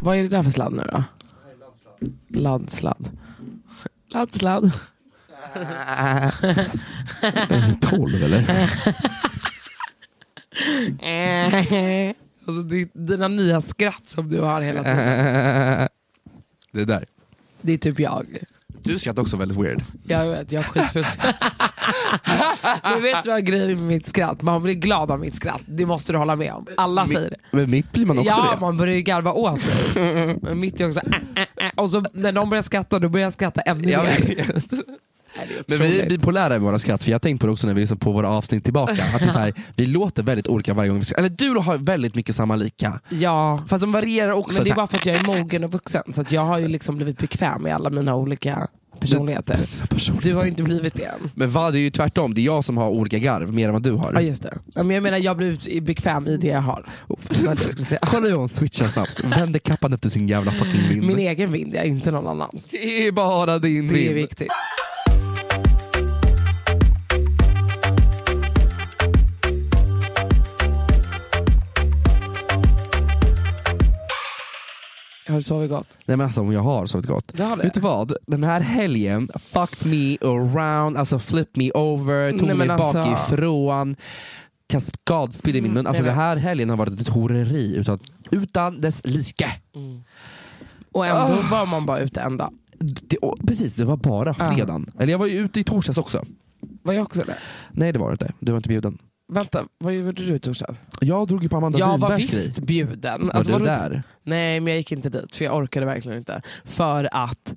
Vad är det där för sladd nu då? Landsladd. Landsladd. Tolv eller? alltså det, dina nya skratt som du har hela tiden. Det där. Det är typ jag. Du skrattar också väldigt weird. Jag vet, jag är skitful. Men vet du vad grejen är med mitt skratt? Man blir glad av mitt skratt. Det måste du hålla med om. Alla säger det. Men mitt blir man också ja, det. man börjar ju garva åt det. Men mitt är också äh, äh, äh. Och så när de börjar skratta, då börjar jag skratta ännu Jag mer. vet. Nej, det är Men vi är otroligt. bipolära i våra skratt, för jag har tänkt på det också när vi lyssnar på våra avsnitt tillbaka. Att det är så här, vi låter väldigt olika varje gång vi skrattar. Eller du har väldigt mycket samma lika. Ja. Fast de varierar också. Men det så är här. bara för att jag är mogen och vuxen. Så att jag har ju liksom blivit bekväm i alla mina olika personligheter. Du har ju inte blivit det än. Men vad, det är ju tvärtom. Det är jag som har olika garv, mer än vad du har. Ja just det. Ja, Men jag menar jag har blivit bekväm i det jag har. Oh, Vad jag skulle säga. Kolla hur hon switchar snabbt. Vänder kappan efter sin jävla fucking vind. Min egen vind, jag är inte någon annans. Det är bara din Det är vind. viktigt. Har du sovit gott? Nej men alltså om jag har sovit gott. Det har det. Vet du vad? Den här helgen fucked me around, alltså flip me over, tog Nej, men mig alltså- bakifrån. Kaskadspydd i min mun. Alltså jag den här helgen har varit ett horeri utan, utan dess like. Och ändå var man bara ute en dag. Det, och, precis, det var bara Ja. fredagen. Eller jag var ju ute i torsdags också. Var jag också det? Nej det var det inte, du var inte bjuden. Vänta, vad gjorde du i torsdags? Jag drog ju på Amanda Jag var Winbergs grej. visst bjuden. Alltså, Var du vadå- där? Nej, men jag gick inte dit för jag orkade verkligen inte. För att,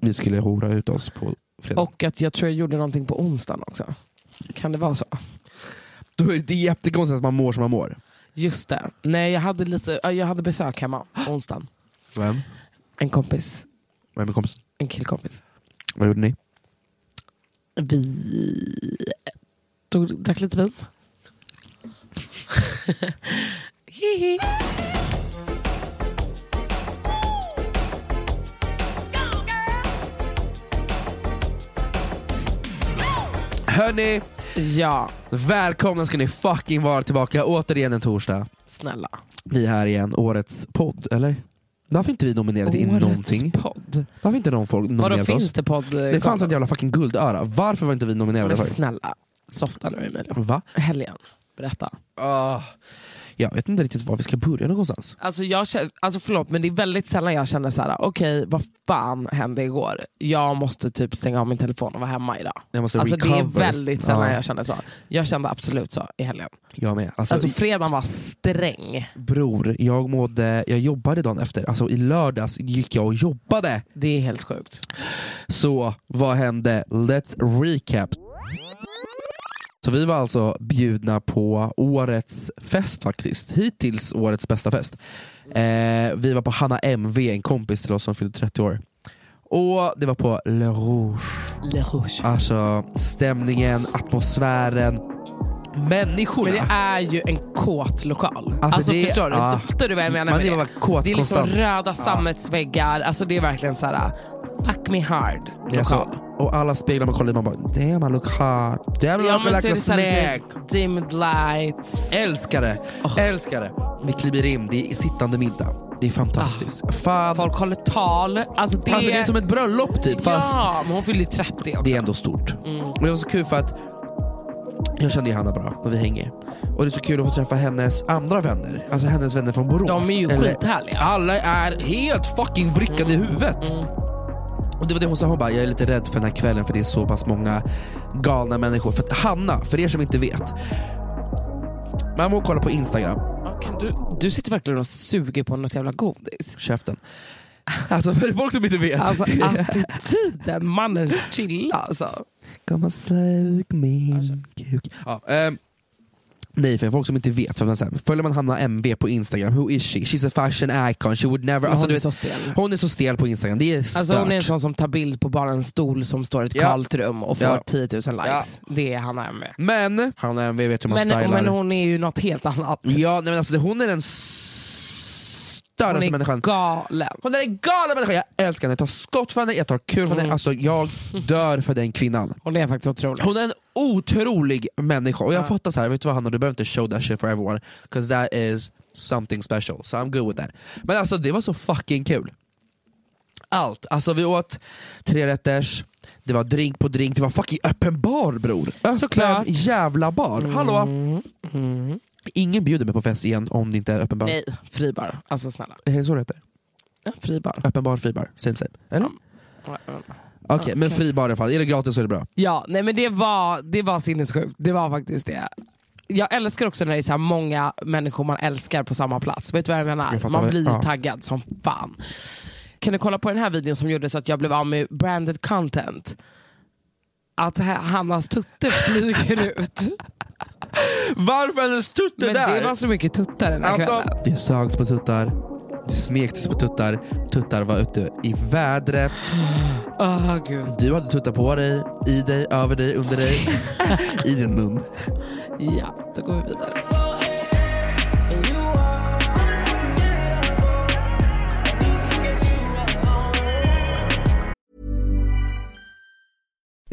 Vi skulle hora ut oss på fredag. och att jag tror jag gjorde någonting på onsdagen också. Kan det vara så? Då är det jättekonstigt att man mår som man mår. Just det. Nej, jag hade, lite, ja, jag hade besök hemma onsdagen. Vem? En kompis, Vem är kompis? en killkompis. Vad gjorde ni? Vi tog, drack lite vin. Hihi. Hörni! ja, Välkomna ska ni fucking vara tillbaka, återigen en torsdag. snälla. Vi är här igen, årets podd, eller? Varför inte vi nominerade in någonting? podd. Varför inte någon folk Vadå, nominerat finns oss? det podd? Det fanns ett jävla fucking guldöra, varför var inte vi nominerade? Men för? snälla, softa nu Emilia. Va? Helgen, berätta. Ah, jag vet inte riktigt var vi ska börja någonstans. Alltså, jag känner, alltså förlåt, men det är väldigt sällan jag känner så här: okej vad fan hände igår? Jag måste typ stänga av min telefon och vara hemma idag. Jag måste Alltså, det är recover. väldigt sällan Ja, jag känner så. Jag kände absolut så i helgen. Jag med. Alltså, Alltså fredagen var sträng. bror, jag, mådde, jag jobbade dagen efter, alltså i lördags gick jag och jobbade. Det är helt sjukt. Så vad hände? Let's recap. Så vi var alltså bjudna på årets fest faktiskt. Hittills årets bästa fest. Eh, vi var på Hanna MV, en kompis till oss som fyllde 30 år. Och det var på Le Rouge. Le Rouge. Alltså stämningen, atmosfären, människorna. Men det är ju en kåt lokal. Alltså, det- förstår du? ah. Fattar du vad jag menar Man med är det? bara kåt det är liksom konstant. Ah. röda sammetsväggar. Alltså det är verkligen så här fuck me hard lokal. Alltså, och alla speglar man kollar i, man bara damn I look hot, damn I ja look men så like är a det så här snack. lite dimmed lights. Älskar det, älskar det. Vi kliver in, det är sittande middag. Det är fantastiskt. Fan. Ah. Folk håller tal. Alltså det, Alltså, det är som ett bröllop typ, fast Ja, Mm. men hon fyller ju 30 också. det är ändå stort. Och det var så kul för att jag känner ju Hanna bra och vi hänger. Och det är så kul att få träffa hennes andra vänner. Alltså hennes vänner från Borås. De är ju Eller- skithärliga. Mm. Alla är helt fucking vrickade i huvudet. Och det var det hon sa, hon bara jag är lite rädd för den här kvällen för det är så pass många galna människor. För att Hanna, för er som inte vet. Man må kolla på Instagram, Ja, kan du, du sitter verkligen och suger på något jävla godis. käften. Alltså för folk som inte vet. Alltså attityden, mannen chilla alltså. Kom och sluk min kuk. Ja, ehm, nej, för folk som inte vet. För man, så här, följer man Hanna MV på Instagram, who is she? She's a fashion icon, she would never... alltså, hon du är vet, så stel. Hon är så stel på Instagram, det är stört. Alltså hon är en sån som tar bild på bara en stol som står i ett Ja. kalt rum och får Ja. 10 000 likes. Det är Hanna M. Men Hanna MV vet hur man Men, stylar. men hon är ju något helt annat. Ja, nej, men alltså, det- hon är den största Hon är människan. galen. Hon är en galen människa, jag älskar henne. Jag tar skott för henne, jag tar kul för Mm. henne. Alltså, jag dör för den kvinnan. Hon är faktiskt otrolig. Hon är en otrolig människa och jag fattar så här, vet du vad Hanna, du behöver inte show that shit for everyone, cause that is something special, so I'm good with that. Men alltså det var så fucking kul. Allt, alltså vi åt trerätters, det var drink på drink, det var fucking öppen bar bror! Öppen Såklart. Mm. jävla bar, hallå! Ingen bjuder mig på fest igen om det inte är öppen bar. Nej, fribar. Alltså snälla. Är det så det heter? Ja, Fribar. Öppen bar, fri bar, same same. Eller? Okej, Ja, men kanske. fri bar i alla fall. Är det gratis så är det bra. Ja, nej men det var, det var sinnessjukt. Det var faktiskt det. Jag älskar också när det är så här många människor man älskar på samma plats. Vet du vad jag menar? Jag fattar man vad- blir ja. taggad som fan. Kan du kolla på den här videon som gjorde så att jag blev av med branded content? Att ha- Hannas tutte flyger ut. Varför hennes tutte Men det var så mycket tuttar den här Att de- kvällen. Det sögs på tuttar, det smektes på tuttar, tuttar var ute i vädret. Åh, gud. Du hade tuttar på dig, i dig, över dig, under dig, i din mun. Ja, då går vi vidare.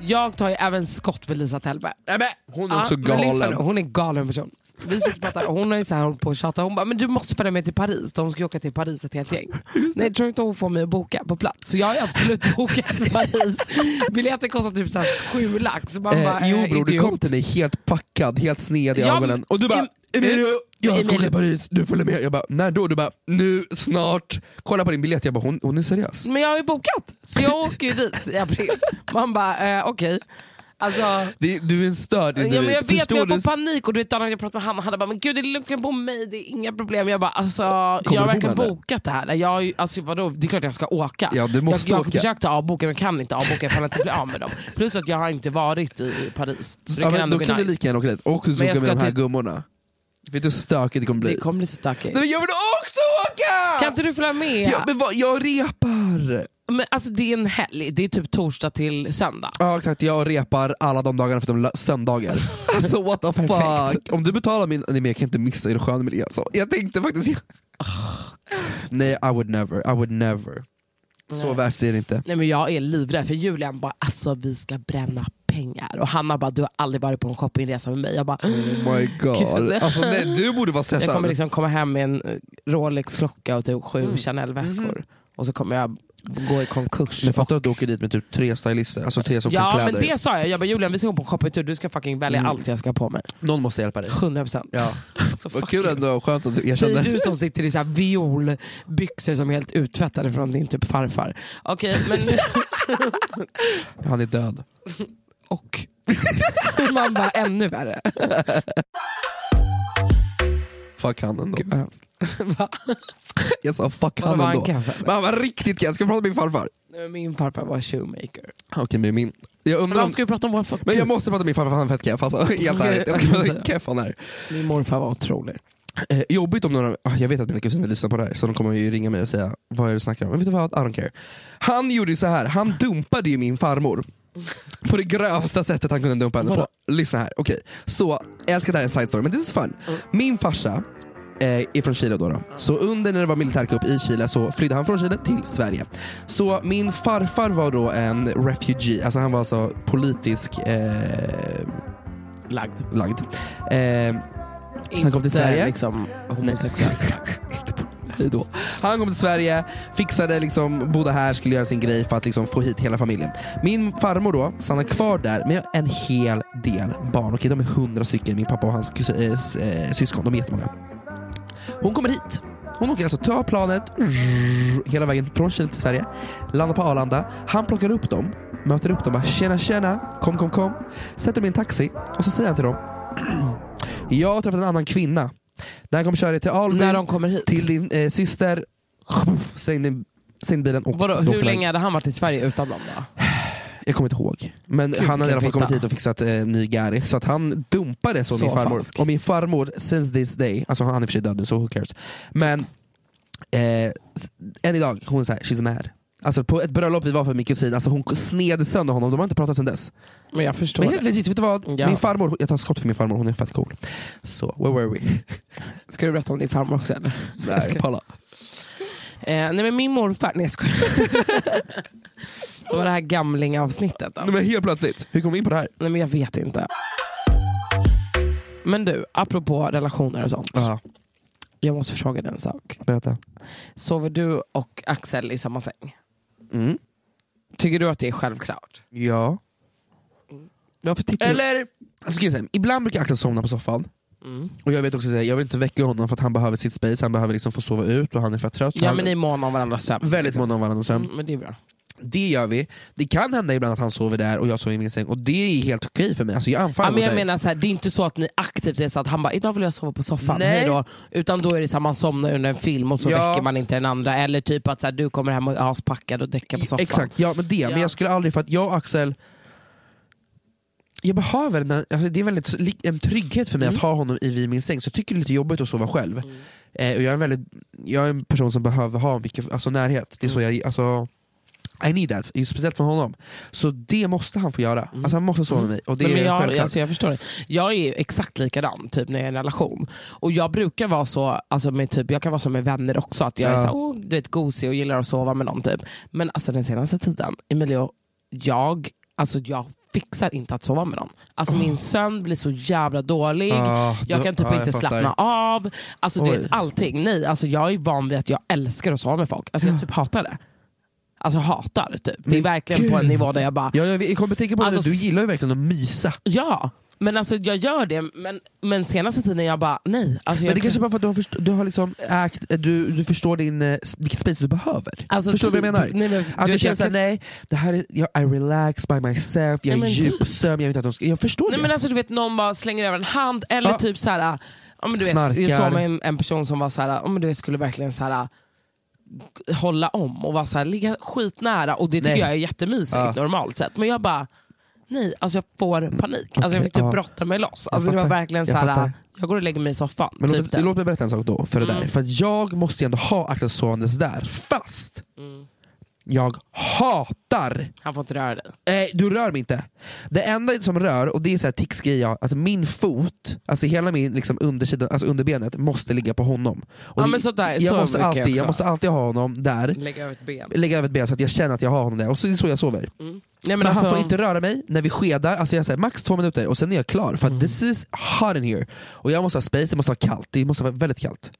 Jag tar ju även skott för Lisa Tellberg. Nej, men, hon är Ja, också men lyssna nu, galen. hon är en galen person. Vi sitter och pratar, hon har ju så här hållit på och tjatat. Hon bara, men du måste följa med till Paris. De ska ju åka till Paris ett helt gäng. Nej, jag tror inte hon får mig att boka på plats. Så jag har ju absolut bokat till Paris. Biljetten kostar typ så här sju lax. Man Eh, bara, jo eh, bror, du idiot. kom till mig helt packad, helt sned i Ja, ögonen. men- Och du bara Em- Emilio, jag ska åka Emilio. till Paris, du följer med. Jag bara när då? Du bara nu, snart. Kolla på din biljett, jag bara hon, hon är seriös. Men jag har ju bokat. Så jag åker ju dit i april. Man bara, eh, okej. Alltså, Det, du är en störd individ. Ja, men jag vet, men Förstår jag du? får panik. Och du vet, när jag pratade med han, han hade bara, men gud det är lugnt, jag kan bo med mig, det är inga problem. Jag bara, alltså, jag du har bo verkligen med henne? bokat det här. Jag, har ju- alltså, vadå, det är klart jag ska åka. Ja, du måste jag jag åka. försökte avboka, men kan inte avboka för att inte bli av med dem. Plus att jag har inte varit i Paris, så det Ja, kan men ändå då bli kan nice. vi lika gärna åka dit. Och så Men åka jag med ska de här till- gummorna. Vet du hur stökigt det kommer bli? Det kommer bli så stökigt. Nej, men jag vill också åka! Kan inte du följa med? ja, men vad, jag repar! Men, alltså, det är en helg, det är typ torsdag till söndag. Ja exakt, jag repar alla de dagarna förutom lö- söndagar. Alltså what the fuck. Om du betalar min... Nej men jag kan inte missa en skön miljö. Så jag tänkte faktiskt... Nej I would never, I would never. Så värst är det inte. Nej, men jag är livrädd för Julian bara, alltså vi ska bränna pengar. Och Hanna bara, du har aldrig varit på en shoppingresa med mig. Jag bara, Oh my god. Gud. Alltså nej, du borde vara stressad. Jag kommer liksom komma hem med en eh, Rolex-klocka och typ sju Mm. Chanel-väskor. Och så kommer jag gå i konkurs. Mhm. Men fattar du att du åker dit med typ tre stylister? Alltså tre som Ja kläder. men det sa jag. Jag bara Julian vi ska gå på en shoppingtur, du ska fucking välja allt jag ska ha på mig. Någon måste hjälpa dig. 100%. Ja. Alltså, Vad fuck kul you. ändå, skönt att du Säger erkänner. du som sitter i så här violbyxor som är helt uttvättade från din typ farfar. Okej men... Han är död. Och? Man bara ännu värre. Fuck han ändå. Gud vad hemskt. Va? Jag sa fuck Vadå, han var han ändå. kaffe, eller? Men han var riktigt kall. Ska vi prata med min farfar? Nej, men Min farfar var shoemaker. Okej, men min... Jag undrar om... Varför ska vi prata om vår farfar? Men jag måste prata med min farfar, för han är fett keff. Alltså, helt Okej. ärligt. Jag ska prata med keff han är. Min morfar var otrolig. Eh, jobbigt om några... ah, Jag vet att mina kusiner lyssnar på det här, så de kommer ju ringa mig och säga vad är det du snackar om? Men vet du vad? I don't care. Han gjorde ju så här. han dumpade ju min farmor. På det grövsta sättet han kunde dumpa henne på. Vadå? Lyssna här, okej. Så, jag älskar det här är en side story, men this is fun. Mm. Min farsa eh, är från Chile då, då. Så under när det var militärkupp i Chile så flydde han från Chile till Sverige. Så min farfar var då en refugee, alltså han var alltså politisk eh, Lagd. lagd. Eh, han kom till Inte Sverige. liksom homosexuell. Hej då. Han kom till Sverige, fixade liksom, bodde här, skulle göra sin grej för att liksom få hit hela familjen. Min farmor då stannade kvar där med en hel del barn. Okej, de är hundra stycken, min pappa och hans kus- eh, s- eh, syskon. De är jättemånga. Hon kommer hit. Hon åker alltså, tar planet hela vägen från Chile till Sverige, landar på Arlanda. Han plockar upp dem, möter upp dem bara “tjena tjena, kom kom kom”. Sätter dem i en taxi och så säger han till dem “jag har träffat en annan kvinna. Den här kommer köra dig till Alby, När de kommer hit. till din eh, syster, slängde in slängde bilen och Vadå, de åkte hur iväg. länge hade han varit i Sverige utan dem då? Jag kommer inte ihåg. Men Gud, han hade i alla vilken fall kommit fitta. hit och fixat eh, ny Gary. Så att han dumpade så, Så min farmor. falsk. Och min farmor, since this day, alltså han är i och för sig död nu så who cares. Men eh, s- än idag, hon är såhär, she's mad. Alltså på ett bröllop vi var för min kusin, alltså hon sned sönder honom, de har inte pratat sedan dess. Men jag förstår Men helt det. legit, vet du vad? Ja. Min farmor, jag tar skott för min farmor, hon är fett cool. Så, where were we? Ska du berätta om din farmor också eller? Nej, palla. Eh, nej men min morfar, nej jag skojar. det var det här gamlingavsnittet. Då. Nej, Men helt plötsligt, hur kom vi in på det här? Nej men jag vet inte. Men du, apropå relationer och sånt. Ja, Jag måste fråga dig en sak. berätta. Sover du och Axel i samma säng? Mm. Tycker du att det är självklart? Ja. Varför tittar du? Eller, jag skulle säga, ibland brukar Axel somna på soffan. Mm. Och jag vet också säga, jag vill inte väcka honom för att han behöver sitt space, han behöver liksom få sova ut och han är för trött. så Ja han- men ni är måna om varandras sömn. Väldigt måna om varandras sömn. Mm, Men det är bra. Det gör vi. Det kan hända ibland att han sover där och jag sover i min säng och det är helt okej för mig. Alltså jag anfaller Ja, men mot jag dig. menar så här, det är inte så att ni aktivt är så att han bara idag vill jag sova på soffan, Nej. hej då. Utan då är det så här, man somnar under en film och så Ja. väcker man inte den andra. Eller typ att så här, du kommer hem och är aspackad och däckar på soffan. Exakt, ja men det. Men Ja. jag skulle aldrig, för att jag och Axel jag behöver den, här- alltså det är väldigt, li- en trygghet för mig Mm. att ha honom i vid min säng, så jag tycker det är lite jobbigt att sova själv. Eh, och jag, är en väldigt, jag är en person som behöver ha mycket alltså närhet. Det är så Mm. jag, alltså, I need that, just speciellt från honom. Så det måste han få göra. Alltså han måste sova med mig. Och det Mm. Nej, är men jag, självklart. alltså jag förstår det. Jag är ju exakt likadan typ, när jag är i en relation. Och jag brukar vara så, alltså, med typ, jag kan vara så med vänner också, att jag är Ja. så här, oh, du vet, gosig och gillar att sova med någon. Typ. Men alltså, den senaste tiden, Emilio, jag, alltså, jag fixar inte att sova med någon. Alltså, Min sömn blir så jävla dålig, Ah, jag då- kan typ ja, jag inte fattar. slappna av. Alltså, du Oj. vet, allting. Nej, alltså, jag är van vid att jag älskar att sova med folk. Alltså, jag typ hatar det. Alltså hatar typ. Det är Men verkligen på en gud. nivå där jag bara, Ja, jag, jag kommer tänka på det, Alltså, nu. du gillar ju verkligen att mysa. Ja, Men alltså jag gör det, men, men senaste tiden jag bara nej. Alltså, jag Men det kanske bara för att du har, först- du har liksom ägt, du, du förstår din, eh, s- vilket space du behöver. Alltså, förstår du vad jag typ. Nej, menar? men att du du, vet, jag känner såhär, kan- nej, det här är, jag, I relax by myself, Nej, jag är men typ. djupsömn, jag, vet inte att de ska- jag förstår Nej det. men alltså du vet någon bara slänger över en hand eller Ja. typ så här. Ja, men du vet, jag Snarkar. såg med en, en person som var så här, ja, men du vet, skulle verkligen så här, hålla om och vara så här, ligga skitnära och det tycker Nej. jag är jättemysigt Ja. normalt sett. Men jag bara, nej alltså jag får panik. Alltså jag Okej, fick typ ja. brotta mig loss. Jag Alltså, det var fattar. verkligen så Jag här, fattar. jag går och lägger mig i soffan. Men typ Mm. låt, den. låt mig berätta en sak då, för det där. För att jag måste ju ändå ha akta sovandes där, fast Mm. jag hatar Han får inte röra dig. Nej, du rör mig inte. Det enda som rör, och det är så här tics-grej jag, att min fot, alltså hela min liksom undersida, alltså underbenet, måste ligga på honom. Och Ja, men så där, jag, så måste brukar jag alltid, jag också. måste alltid ha honom där, Lägga över ett ben. lägga över ett ben så att jag känner att jag har honom där. Och så, det är så jag sover. Nej, men Men alltså, han får inte röra mig när vi skedar, alltså jag säger max två minuter och sen är jag klar. Mm. För att this is hot in here. Och jag måste ha space, det måste vara kallt, det måste vara väldigt kallt.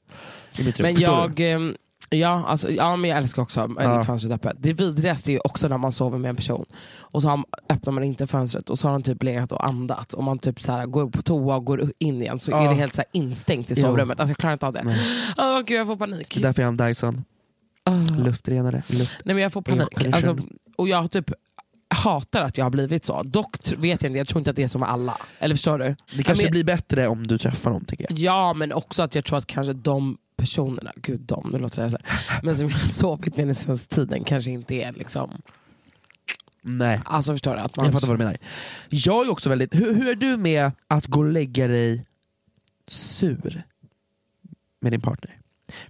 I mitt rum. Men Typ. Förstår jag, du? ehm, ja, alltså, ja, men jag älskar också eh, Ja. fönstret öppet. Det vidrigaste är ju också när man sover med en person och så har, man- öppnar man inte fönstret och så har han typ legat och andats och man typ så här, går upp på toa och går in igen så Ja. är det helt så här instängt i Jo. sovrummet. Alltså, jag klarar inte av det. Åh Gud, jag får panik. Det är därför jag har en Dyson, Ah. luftrenare. Luft. Nej men jag får Air panik. Alltså, condition. och jag typ hatar att jag har blivit så. Dock tr- vet jag inte, jag tror inte att det är som med alla. Eller förstår du? Det kanske men- blir bättre om du träffar någon tycker jag. Ja, men också att jag tror att kanske de personerna, gud de, nu låter det så här, men som jag har sovit med den senaste tiden kanske inte är liksom, Nej. alltså förstår du? Att man, Jag fattar vad du menar. Jag är också väldigt, hur, hur är du med att gå och lägga dig sur med din partner?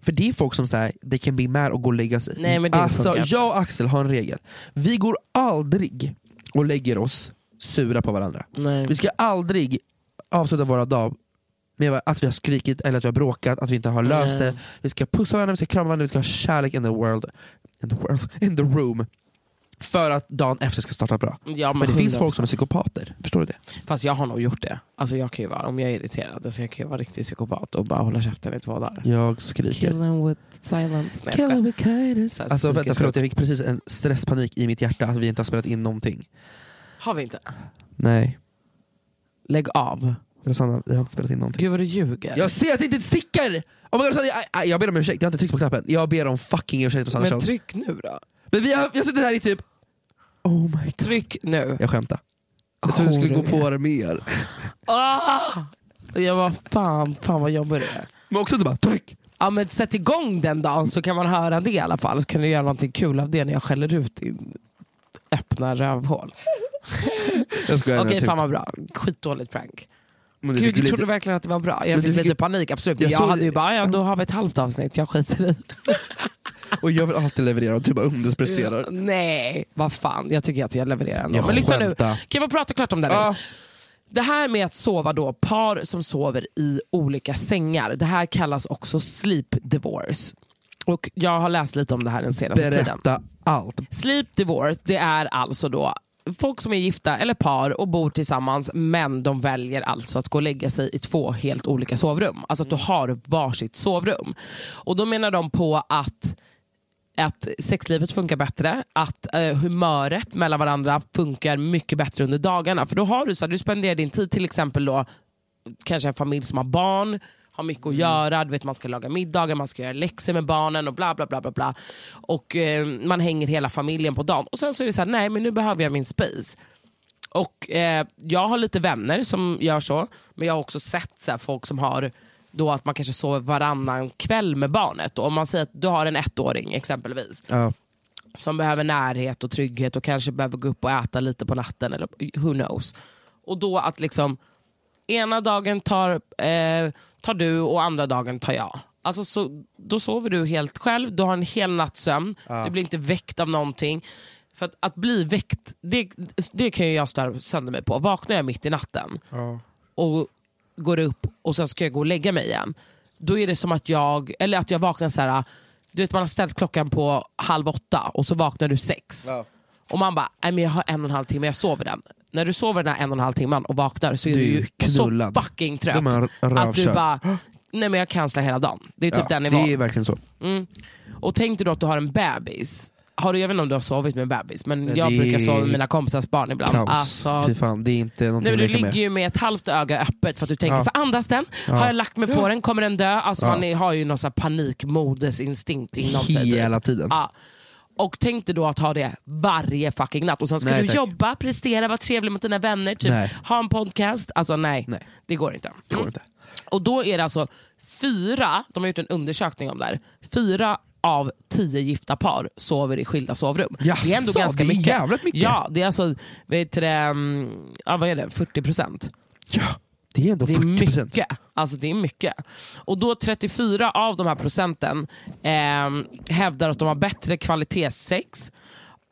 För det är folk som säger they can be mad och gå och lägga sig. Nej, men det alltså, funkar inte. jag och Axel har en regel. Vi går aldrig och lägger oss sura på varandra. Nej. Vi ska aldrig avsluta våra dag med att vi har skrikit eller att vi har bråkat, att vi inte har löst Nej. det. Vi ska pussa varandra, vi ska krama varandra, vi ska ha kärlek in the world. In the world, in the room. För att dagen efter ska starta bra. Ja, men Men det finns 100%. folk som är psykopater, förstår du det? Fast jag har nog gjort det. Alltså jag kan ju vara, om jag är irriterad så jag kan ju vara riktig psykopat och bara hålla käften i två dagar. Jag skriker. Killing with silence. Nej, jag skojar. Killing with kindness. Så här Alltså vänta, psykisk förlåt jag fick precis en stresspanik i mitt hjärta att vi inte har spelat in någonting. Har vi inte? Nej, Lägg av. Rosanna, vi har inte spelat in någonting. Gud vad du ljuger. Jag ser att det inte tickar! Oh my God, Rosanna, jag, jag, jag ber om ursäkt, jag har inte tryckt på knappen. Jag ber om fucking ursäkt Rosanna men Charles. tryck nu då. Men vi har, vi har suttit här i typ... Oh my god. Tryck nu. Jag skämtar. Jag trodde du skulle gå Horor. på det mer. Ah! Jag bara, fan, fan vad jobbig du är. Men också du bara tryck! Ja, men sätt igång den dagen så kan man höra det i alla fall. Så kan du göra någonting kul av det när jag skäller ut din öppna rövhål. Jag skojar, Okej, jag typ- fan vad bra. Skitdåligt prank. Men det Gud, fick ju jag lite- trodde verkligen att det var bra. Jag Men fick du fick lite ju- panik, absolut. Men Jag jag, såg- hade ju bara, ja, då har vi ett halvt avsnitt, jag skiter i. Och jag vill alltid leverera och du bara underpresterar. Nej, vad fan. Jag tycker att jag levererar ändå. Jag Men lyssna nu. Kan skämtar. jag få prata klart om det här nu? Ja. Det här med att sova då, par som sover i olika sängar, det här kallas också sleep divorce. Och Jag har läst lite om det här den senaste tiden. Berätta allt. Sleep divorce, det är alltså då folk som är gifta eller par och bor tillsammans men de väljer alltså att gå och lägga sig i två helt olika sovrum. Alltså att du har varsitt sovrum. Och då menar de på att att sexlivet funkar bättre, att eh, humöret mellan varandra funkar mycket bättre under dagarna. För då har du så här, du spenderar din tid till exempel då kanske en familj som har barn, har mycket att göra, du vet, man ska laga middagar, man ska göra läxor med barnen och bla bla bla. bla, bla. Och eh, Man hänger hela familjen på dagen. Och Sen så är det så här, nej men nu behöver jag min space. Och eh, Jag har lite vänner som gör så, men jag har också sett så här, folk som har då att man kanske sover varannan kväll med barnet. Och om man säger att du har en ettåring exempelvis, Ja. som behöver närhet och trygghet och kanske behöver gå upp och äta lite på natten. Eller who knows. Och då att liksom ena dagen tar, eh, tar du och andra dagen tar jag. Alltså så, då sover du helt själv, du har en hel natts sömn, du blir inte väckt av någonting. För att, att bli väckt, det, det kan ju jag störa sönder mig på. Vaknar jag mitt i natten och går upp och sen ska jag gå och lägga mig igen. Då är det som att jag, eller att jag vaknar så här. Du vet man har ställt klockan på halv åtta och så vaknar du sex. Och man bara, "Nej, men jag har en och en halv timme, jag sover den. När du sover den här en och en halv timman och vaknar så är Du du, är ju knullad. så fucking Då trött. är man r- Att du rövkörd. bara, nej men jag cancelar hela dagen. Det är typ Ja, den det nivån. är verkligen så. Och tänk dig då att du har en bebis. Har du, jag vet inte om du har sovit med bebis, men Nej, jag det brukar sova med är mina kompisars barn ibland. Kaos. Alltså, Fy fan, det är inte någonting Nej, men att du leka ligger med. ju med ett halvt öga öppet för att du tänker, Ja. så andas den? Har jag lagt mig på den? Kommer den dö? Alltså, Ja. Man är, har ju någon så här panikmodesinstinkt inom sig. typ. Hela tiden. Ja. Och tänk dig då att ha det varje fucking natt. Och sen ska Nej, du tack. jobba, prestera, vara trevlig mot dina vänner, typ. Nej. ha en podcast. Alltså nej, Nej. det går inte. Mm. Det går inte. Och då är det alltså fyra, de har gjort en undersökning om det här, fyra av tio gifta par sover i skilda sovrum. det är ändå Jaså, ganska det är mycket. jävligt mycket. Ja, det är alltså vet du, det, mm, ja, vad är det? 40 procent. Ja, det är ändå Det är 40 procent. mycket. Alltså det är mycket. Och då 34 av de här procenten ehm, hävdar att de har bättre kvalitetssex.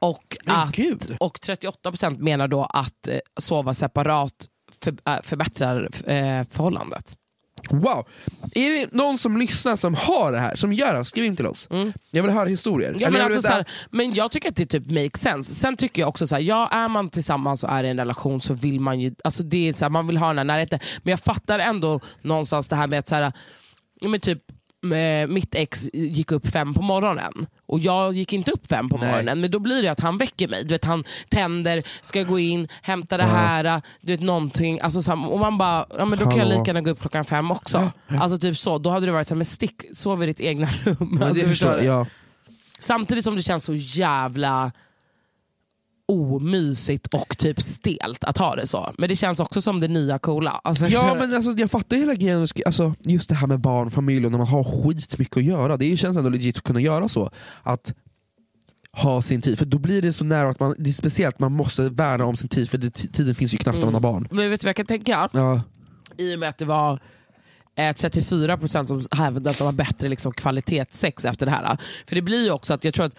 Och, Men att, gud. och 38 procent menar då att eh, sova separat för, äh, förbättrar eh, förhållandet. Wow! Är det någon som lyssnar som har det här, som gör det, skriv in till oss. Jag vill höra historier. Mm. Ja, Eller men, alltså, jag vill så här, veta- men jag tycker att det typ makes sense. Sen tycker jag också så här, ja, är man tillsammans och är i en relation så vill man ju, alltså det är så här, man vill ha den här närheten. Men jag fattar ändå någonstans det här med att så här, ja, men typ eh, mitt ex gick upp fem på morgonen och jag gick inte upp fem på Nej. morgonen. Men då blir det att han väcker mig. Du vet, han tänder, ska gå in, hämta det här, du vet någonting. Alltså, så här, och man bara, ja, men då kan jag Hallå. lika gärna gå upp klockan fem också. Alltså typ så. Då hade det varit så här, men stick, sov i ditt egna rum. Men alltså, det förstår jag. du? Ja. Samtidigt som det känns så jävla omysigt och typ stelt att ha det så. Men det känns också som det nya coola. Alltså, Ja men alltså, jag fattar hela grejen, alltså, just det här med barn, familj och när man har skitmycket att göra. Det känns ändå legit att kunna göra så. Att ha sin tid, för då blir det så nära att man, det är speciellt, man måste värna om sin tid för det, tiden finns ju knappt när man har barn. Men vet du vad jag kan tänka? Ja, I och med att det var eh, 34% som hävdade att de har bättre liksom, kvalitetssex efter det här. För det blir ju också att jag tror att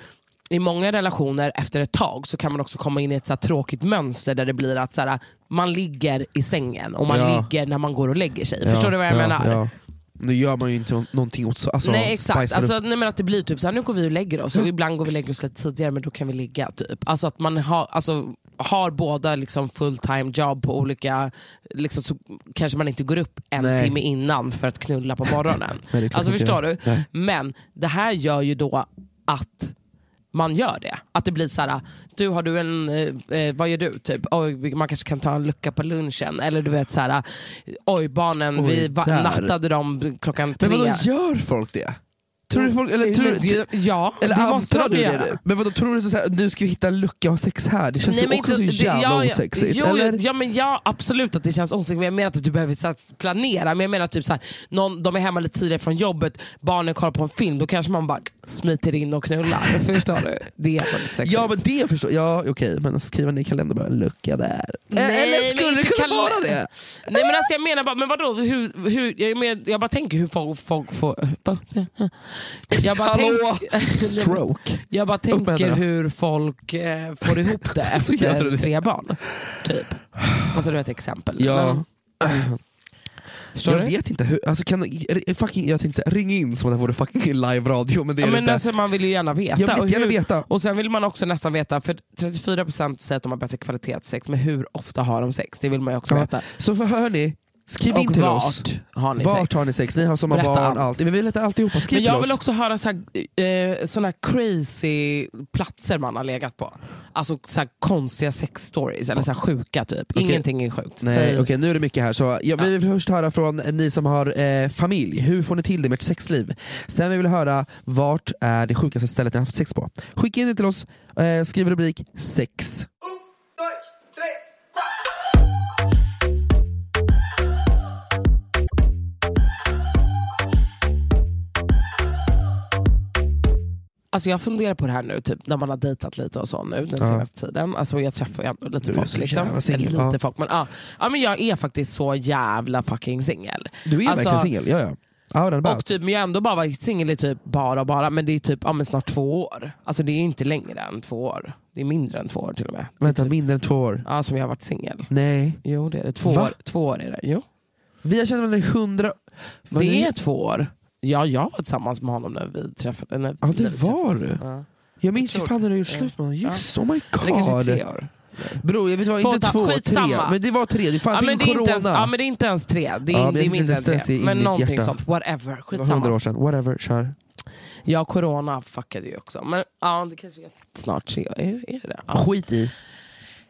i många relationer efter ett tag så kan man också komma in i ett så här tråkigt mönster där det blir att så här, man ligger i sängen och man Ja. ligger när man går och lägger sig. ja, Förstår du vad jag ja, menar? Ja. Nu gör man ju inte nå- någonting åt så, alltså, Nej exakt, spicar upp. Mm. alltså, nej, men att det blir typ så här, nu går vi och lägger oss och ibland går vi och lägger oss lite tidigare men då kan vi ligga. typ. Alltså att man har, alltså, har båda liksom full time job på olika, liksom, så kanske man inte går upp en Nej. timme innan för att knulla på morgonen. Nej, det är klart alltså inte. förstår du? Nej. Men det här gör ju då att man gör det. Att det blir så här, du har du en, eh, eh, vad gör du? Typ, oj, man kanske kan ta en lucka på lunchen. Eller du vet så här, oj barnen, Oj, vi va- där. nattade dem klockan tre. Men vadå, gör folk det? Tror du folk, eller, tror, Men det- ja, eller det måste antar de du det göra. nu? Men vadå, tror du att du ska vi hitta en lucka och ha sex här? Det känns Nej, ju men också inte- så jävla ja, ja, osexigt. Jo, eller? jo, ja, men ja, absolut att det känns osexigt, men jag menar inte att du behöver så här, planera. Men jag menar typ så här, någon, de är hemma lite tidigare från jobbet, barnen kollar på en film, då kanske man bara smiter in och knullar. Förstår du? Det är väldigt sexigt. Ja men det förstår jag, ja, okej men skriva ner i kalendern bara en lucka där. Eh, Nej, Eller men skulle det inte kunna kal- vara det? Nej men alltså jag menar bara, men vadå? Hur, hur, jag, men, jag bara tänker hur folk... folk får, jag bara Hallå? tänk- Stroke. Jag bara tänker händerna. hur folk eh, får ihop det Så gör efter du det. tre barn. Typ. Alltså det var ett exempel. Ja. Men- Förstår jag du? vet inte, hur, alltså kan, r- fucking, jag tänkte säga, ring in som att det vore fucking live radio men det är Ja, det men inte. alltså, man vill ju gärna veta. Jag vill och, gärna veta. och sen vill man också nästan veta, för 34% säger att de har bättre kvalitetssex, men hur ofta har de sex? Det vill man ju också Ja. veta. Så för, hörni, skriv in Och till vart oss. har ni vart sex? har ni sex? Ni har som har Berätta barn, allt. allt. Vi vill veta alltihopa, skriv Men jag till vill oss. också höra så här, eh, såna här crazy platser man har legat på. Alltså så här konstiga sex stories, eller så här sjuka typ. Okej. Ingenting är sjukt. Nej, Säg- okej, nu är det mycket här. Så jag, Vi vill först höra från ni som har eh, familj. Hur får ni till det med ert sexliv? Sen vill vi höra vart är det sjukaste stället ni har haft sex på? Skicka in det till oss, eh, skriv rubrik sex. Alltså jag funderar på det här nu, typ, när man har dejtat lite och så nu den senaste tiden. Alltså jag träffar ju ändå Du lite är folk. så Liksom. jävla singel, Eller lite ja. folk men, ja. Ja, men jag är faktiskt så jävla fucking singel. Du är Alltså, verkligen singel, ja ja. Out and Och about. typ, men jag har ändå bara varit singel i typ bara och bara, men det är typ ja, men snart två år. Alltså det är inte längre än två år. Det är mindre än två år till och med. typ, Vänta, mindre än två år. Ja, som jag har varit singel. Nej. Jo det är det. Två Va? år, två år är det. Jo. Vi har känt varandra i hundra... Var det ni- är två år. Ja, jag var tillsammans med honom när vi träffade. När Ja när vi det var du. träffade- Ja. Jag minns ju tror- fan när du gjorde slut med honom. Just oh my Men det kanske är god. tre år. Bror jag vet vad, Två inte ta- två, tre. skitsamma. Men det var tre, det är fan Ja men, det är inte corona. ens, ja men det är inte ens tre, det Ja, är, men det jag är fick lite mindre än stress i- tre. i Men mitt någonting hjärta. sånt, whatever. det var hundra Skitsamma. år sedan, whatever, kör. Ja, corona fuckade ju också. Men ja, det kanske är snart så jag är, är det det. Ja. Skit i.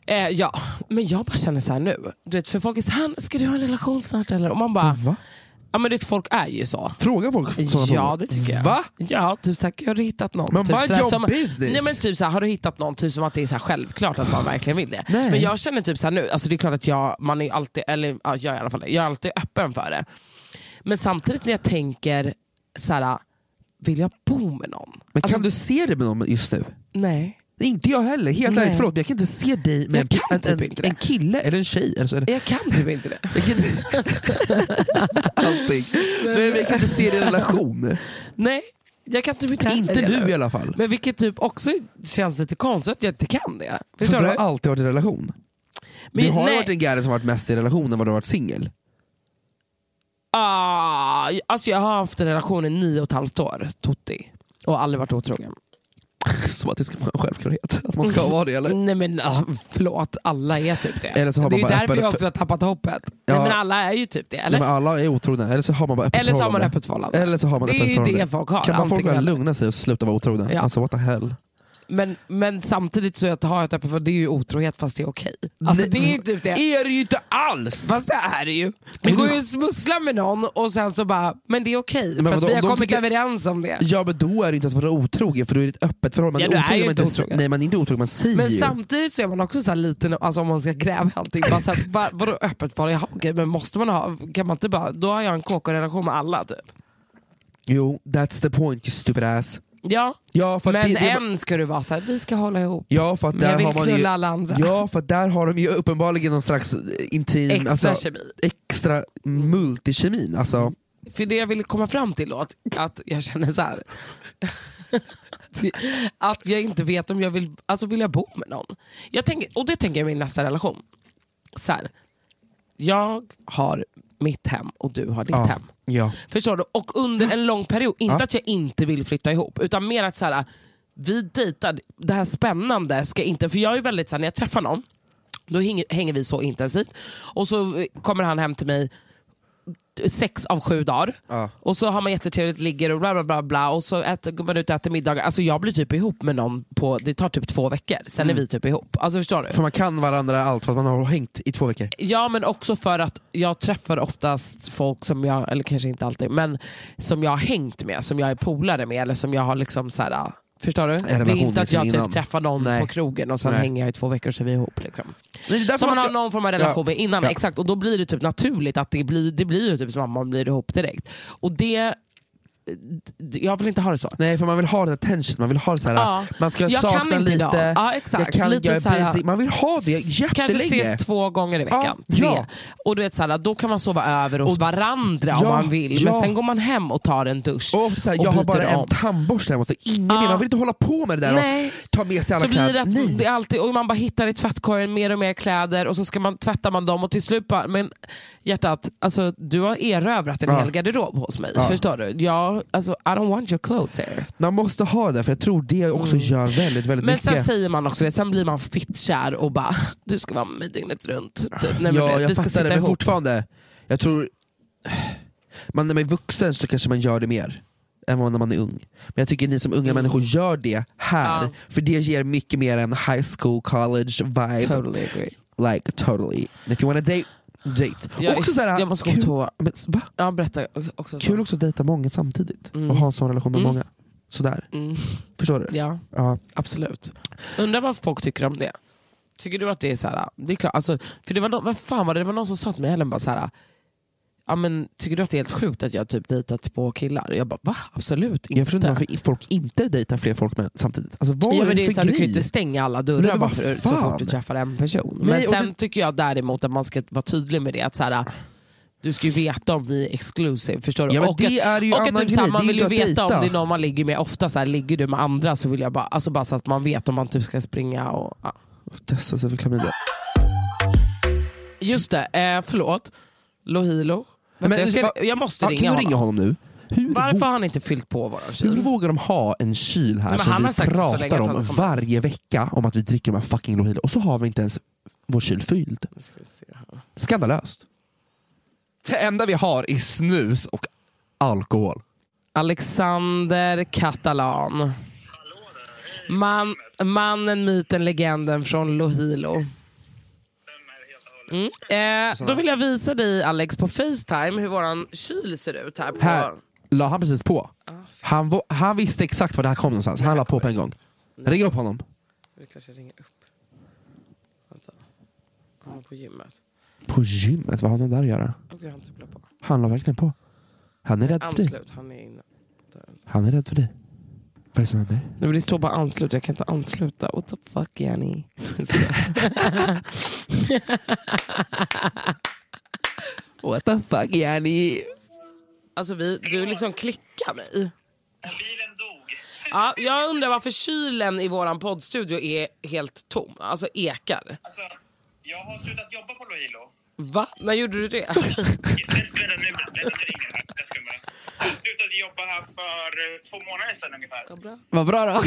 Eh, ja, men jag bara känner så här nu. Du vet, för folk är så här, ska du ha en relation snart eller? Och man bara, Va? ja men det folk är ju så. Fråga folk sådana Ja frågor. det tycker jag. Va? Ja, typ såhär, har du hittat någon? Men typ mind sådär your som- business. Nej men typ såhär, har du hittat någon? Typ som att det är såhär självklart att man verkligen vill det. Nej. Men jag känner typ såhär nu, alltså det är klart att jag, man är alltid, eller ja, jag är i alla fall det, jag är alltid öppen för det. Men samtidigt när jag tänker såhär, vill jag bo med någon? Men Alltså, kan du se det med någon just nu? Nej. Inte jag heller, helt Nej. ärligt. Förlåt, men jag kan inte se dig med Jag en, kan en, typ en, inte det. en kille eller en tjej. Alltså, eller- Jag kan typ inte det. jag kan inte... Allting. Nej, men jag kan inte se det i en relation. Nej, jag kan typ inte heller Inte det du nu. i alla fall. Men vilket typ också känns lite konstigt att jag inte kan det. För Förstår du du? har alltid varit i relation. Men du har nej. varit en gärning som varit mest i relation än vad du har varit singel. Ah, alltså jag har haft en relation i nio och ett halvt år, Totti. Och aldrig varit otrogen. Som att det ska vara en självklarhet. Att man ska vara det eller? Nej men ah, förlåt, alla är typ det. Eller så har det är man ju bara därför öppet jag för- också har tappat hoppet. Ja. Nej men alla är ju typ det, eller? Nej, men ah. alla är otrogna, eller så har man bara öppet Eller så har man förhållande. öppet förhållande. Eller så har man Det är öppet ju förhållande. det folk har, Kan man folk antingen bara eller. lugna sig och sluta vara otrogna? Ja. Alltså what the hell. men, men samtidigt så har jag ett öppet förhållande, det är ju otrohet fast det är okej. Alltså Nej, det är ju typ det. är det ju inte alls! Fast det är det ju. Det Men går du- ju att smussla med någon och sen så bara, men det är okej Men för vadå, att vi har om de kommit tycker- överens om det. Ja men då är det inte att vara otrogen för då är det ett öppet förhållande. Man Ja, du är otrogen, ju men inte inte- otrogen. Nej man är inte otrogen, man säger Men ju. samtidigt så är man också så här liten, alltså om man ska gräva i allting, bara så här, va- vadå öppet för? Jaha, okej, men måste man ha, kan man inte bara, då har jag en KK-relation med alla typ. Jo, that's the point you stupid ass. Ja, Ja för, att men det, det, än ska du vara så här, vi ska hålla ihop. ja, för att Men där jag vill har man ju, knulla alla andra. Ja för att där har de ju uppenbarligen någon slags eh, intim, Extra alltså, kemi. extra multikemin. Alltså, För det jag ville komma fram till då, att, att jag känner så här. att jag inte vet om jag vill, alltså vill jag bo med någon. Jag tänker, och det tänker jag i min nästa relation. Så här, jag har mitt hem och du har ditt ja. hem. ja. Förstår du? Och under en lång period. Inte Ja. att jag inte vill flytta ihop, utan mer att så här, vi dejtar, det här spännande ska inte... För jag är väldigt så här, när jag träffar någon, då hänger, hänger vi så intensivt. Och så eh, kommer han hem till mig sex av sju dagar. Ja. Och så har man jättetrevligt, ligger och bla bla bla. bla och så äter, går man ut och äter middagar. Alltså jag blir typ ihop med någon på, det tar typ två veckor. Sen Mm. är vi typ ihop. Alltså förstår du? För man kan varandra allt för att man har hängt i två veckor. Ja men också för att jag träffar oftast folk som jag, eller kanske inte alltid, men som jag har hängt med, som jag är polare med eller som jag har liksom så här. Förstår du? Det är relation inte att liksom jag innan. typ träffar någon Nej. på krogen och sen Nej. hänger jag i två veckor och så är vi ihop. Liksom. Nej, det är därför Som man ska- har någon form av relation Ja. med innan. Ja. Exakt, och då blir det typ naturligt att det blir, det blir ju typ som att man blir ihop direkt. Och det, d- jag vill inte ha det så. Nej för man vill ha den här tension, man vill ha det så här, Ja. man ska Jag kan sakna inte lite, idag. Ja, exakt. jag kan Lite göra så här- basic, man vill ha det Kanske jättelänge. ses två gånger i veckan. Ja, tre. ja. Och du vet, så här, då kan man sova över hos Och- varandra om Ja, man vill. ja. Men sen går man hem och tar en dusch Och så här, jag har byter bara en om. tandborste hemma, så ingen Ja. mer. Man vill inte hålla på med det där Nej. och ta med sig alla Så blir det kläder. att Nej. det är alltid, och man bara hittar i tvättkorgen mer och mer kläder och så ska man, tvättar man dem och till slut bara, men hjärtat, alltså, du har erövrat en Ja. hel garderob hos mig. Ja. Förstår du? Jag, alltså, I don't want your clothes here. Man måste ha det där, för jag tror det också gör väldigt, väldigt Mm. Men sen mycket. säger man också det, sen blir man fittkär och bara, du ska vara med mig dygnet runt. Typ. Nej, men, ja, vi jag ska fattar sitta det, men ihop. fortfarande. Jag tror, man, när man är vuxen så kanske man gör det mer än vad när man är ung. Men jag tycker ni som unga människor gör det här, Mm. Ja. för det ger mycket mer en high school, college vibe. Totally agree. Like totally. If you wanna date, date. Jag, Också så här, är, jag måste gå på kul- toa. Men, va? Ja, berätta också. så. Kul också att dejta många samtidigt Mm. och ha en sån relation med Mm. många. Sådär. Mm. Förstår du? Ja, Ja. absolut. Undrar vad folk tycker om det. Tycker du att det är så här, det är klart, alltså, för det var, no, vad fan var det, det var någon som sa till mig Helen bara så här, ja, men, tycker du att det är helt sjukt att jag typ dejtat två killar? Jag bara va? Absolut inte. Jag förstår inte varför folk inte dejtar fler folk med, samtidigt. Alltså, vad Ja, är men det är för så här, du kan ju grej? inte stänga alla Nej, dörrar men vad bara för, så fan? fort du träffar en person. Nej, men och sen det- tycker jag däremot att man ska vara tydlig med det. Att så här, du ska ju veta om ni är exclusive. Förstår du? Ja, men och det att, är ju och att annan typ, så här, grej. man Det är vill ju inte att veta dejta. om det är någon man ligger med. Ofta så här, ligger du med andra så vill jag bara, alltså bara så att man vet om man typ ska springa. Och, ja. Testa sig för klamydia. Just det, eh, förlåt. Lohilo. Men- Vänta, jag, ska, jag måste Ja, ringa, kan du honom. ringa honom nu? Hur, Varför vå- har han inte fyllt på våran hur kyl? vågar de ha en kyl här Typ. Men som han vi har sagt så länge pratar att om han kommer- varje vecka om att vi dricker de här fucking Lohilo och så har vi inte ens vår kyl fylld. Skandalöst. Det enda vi har är snus och alkohol. Alexander Catalan. Man, mannen, myten, legenden från Lohilo. Mm. Eh, då vill jag visa dig Alex på Facetime hur våran kyl ser ut här. På. Här la han precis på. Ah, Han, vo- han visste exakt var det här kom någonstans. Han la på på en gång. Ring upp honom. Det kanske ringer upp. Vänta. Han var på gymmet. På gymmet, vad har han där att göra? Och jag har inte blivit på. Han la verkligen på. Han är rädd för dig. Anslut, han är inne. Där. Han är rädd för dig. Vad är det som händer? Nej, men det står bara anslut, jag kan inte ansluta. What the fuck Jenny? What the fuck Jenny? alltså vi, du liksom klickar mig. Bilen dog. Ja, jag undrar varför kylen i våran poddstudio är helt tom, alltså ekar. Jag har slutat jobba på Lohilo. Va? När gjorde du det? Vänta nu, vänta nu ringer här. Jag ska med. Jag slutade jobba här för eh, två månader sedan ungefär. Vad bra då.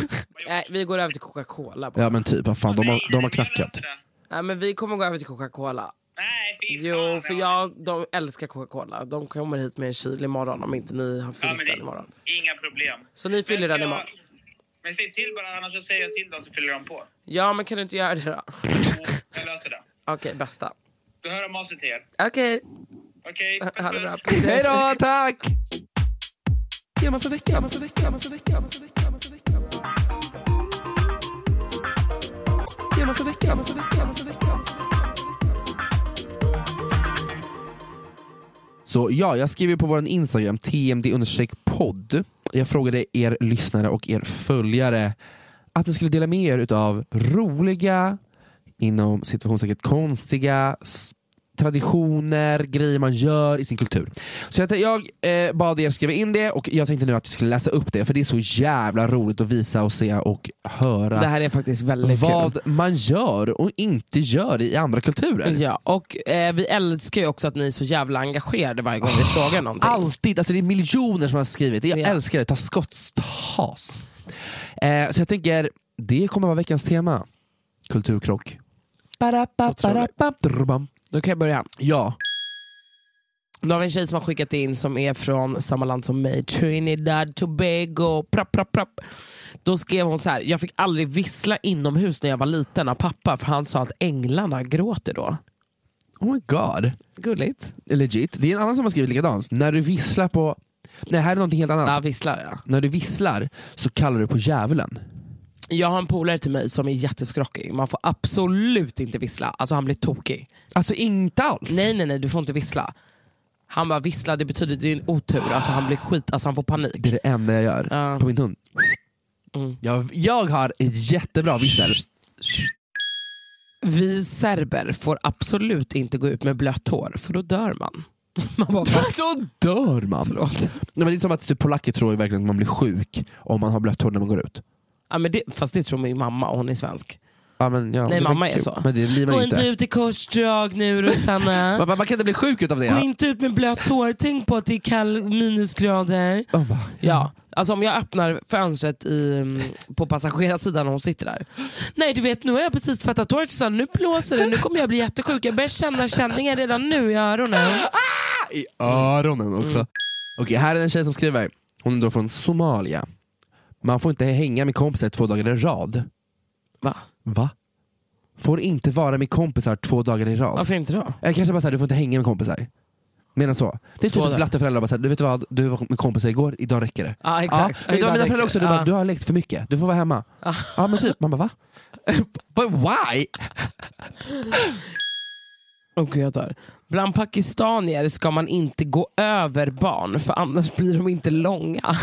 Nej, vi går över till Coca-Cola. bara. Ja men typ, vad fan, de har, de har knackat. Nej, men vi kommer gå över till Coca-Cola. Nej, fy fan. Jo, för jag, de älskar Coca-Cola. De kommer hit med en kyl imorgon om inte ni har Ja, fyllt men den imorgon. det, inga problem. Så ni fyller Men den jag- imorgon? Men säg till bara, annars så säger jag till dem så fyller de på. Ja, men kan du inte göra det då? Jo, jag löser det. Okej, bästa. Då hör de av sig till er. Okej, Okej? ha det bra. Hej då, tack! Tema för veckan, tema för veckan, tema för veckan, tema för veckan, tema för veckan. Tema för veckan, tema för veckan, tema för veckan, tema för veckan, tema för veckan. Så ja, jag skriver på vår Instagram, tmd-podd. Jag frågade er lyssnare och er följare att ni skulle dela med er utav roliga, inom situationssäkert konstiga, s- traditioner, grejer man gör i sin kultur. Så jag, jag eh, bad er skriva in det och jag tänkte nu att vi skulle läsa upp det för det är så jävla roligt att visa och se och höra Det här är faktiskt väldigt vad kul. man gör och inte gör i andra kulturer. Ja, och eh, vi älskar ju också att ni är så jävla engagerade varje gång vi Ah, frågar någonting. Alltid, alltså det är miljoner som har skrivit. Jag Ja. älskar det, ta skottstas. Eh, så jag tänker, det kommer vara veckans tema. Kulturkrock. Ba-da-ba, tror du? ba-da-ba, drubam. Då kan jag börja. Ja, Nu har vi en tjej som har skickat in som är från samma land som mig, Trinidad Tobago. Prapp, prapp, prapp. Då skrev hon så här, jag fick aldrig vissla inomhus när jag var liten av pappa för han sa att änglarna gråter då. oh my god. Gulligt. Legit. Det är en annan som har skrivit likadant. När du visslar på... Nej, här är någonting helt annat. Ja, visslar ja. När du visslar så kallar du på djävulen. Jag har en polare till mig som är jätteskrockig. Man får absolut inte vissla. Alltså han blir tokig. Alltså inte alls. Nej, nej, nej, du får inte vissla. Han bara, vissla det betyder det är en otur. Alltså han blir skit, alltså han får panik. Det är det enda jag gör Ja. Mm. på min hund. Jag, jag har ett jättebra vissel. Vi serber får absolut inte gå ut med blött hår för då dör man. man bara, "Va?" Då dör man. Nej, men det är som att typ, polacker tror ju verkligen att man blir sjuk om man har blött hår när man går ut. ja, men det, fast det tror min mamma och hon är svensk. Ja, men, ja, Nej, det mamma verkar är kul. så. Men det blir man Gå ju inte inte. ut i typ korsdrag nu Rosanna. Man, man, man kan inte bli sjuk utav det. Gå inte ut med blött hår. Tänk på att det är kall minusgrader. Man bara, Ja, alltså om jag öppnar fönstret i, mm, på passagerarsidan och hon sitter där. Nej du vet, nu har jag precis tvättat håret så nu blåser det, nu kommer jag bli jättesjuk. Jag börjar känna känningar redan nu i öronen. i öronen också. Mm. Okej, här är en tjej som skriver. Hon är då från Somalia. Man får inte hänga med kompisar två dagar i rad. Va? Va? Får inte vara med kompisar två dagar i rad. Varför inte då? Eller kanske bara såhär, du får inte hänga med kompisar. Menar så. Det är Två typiskt dagar. blatteföräldrar, bara såhär, du vet vad, du var med kompisar igår, idag räcker det. Ja, exakt. men det Idag var mina räcker föräldrar också, du, det. bara, Ja. du har lekt för mycket, du får vara hemma. Ja, men typ, man bara va? But why? Åh gud, jag dör. Bland pakistanier ska man inte gå över barn för annars blir de inte långa.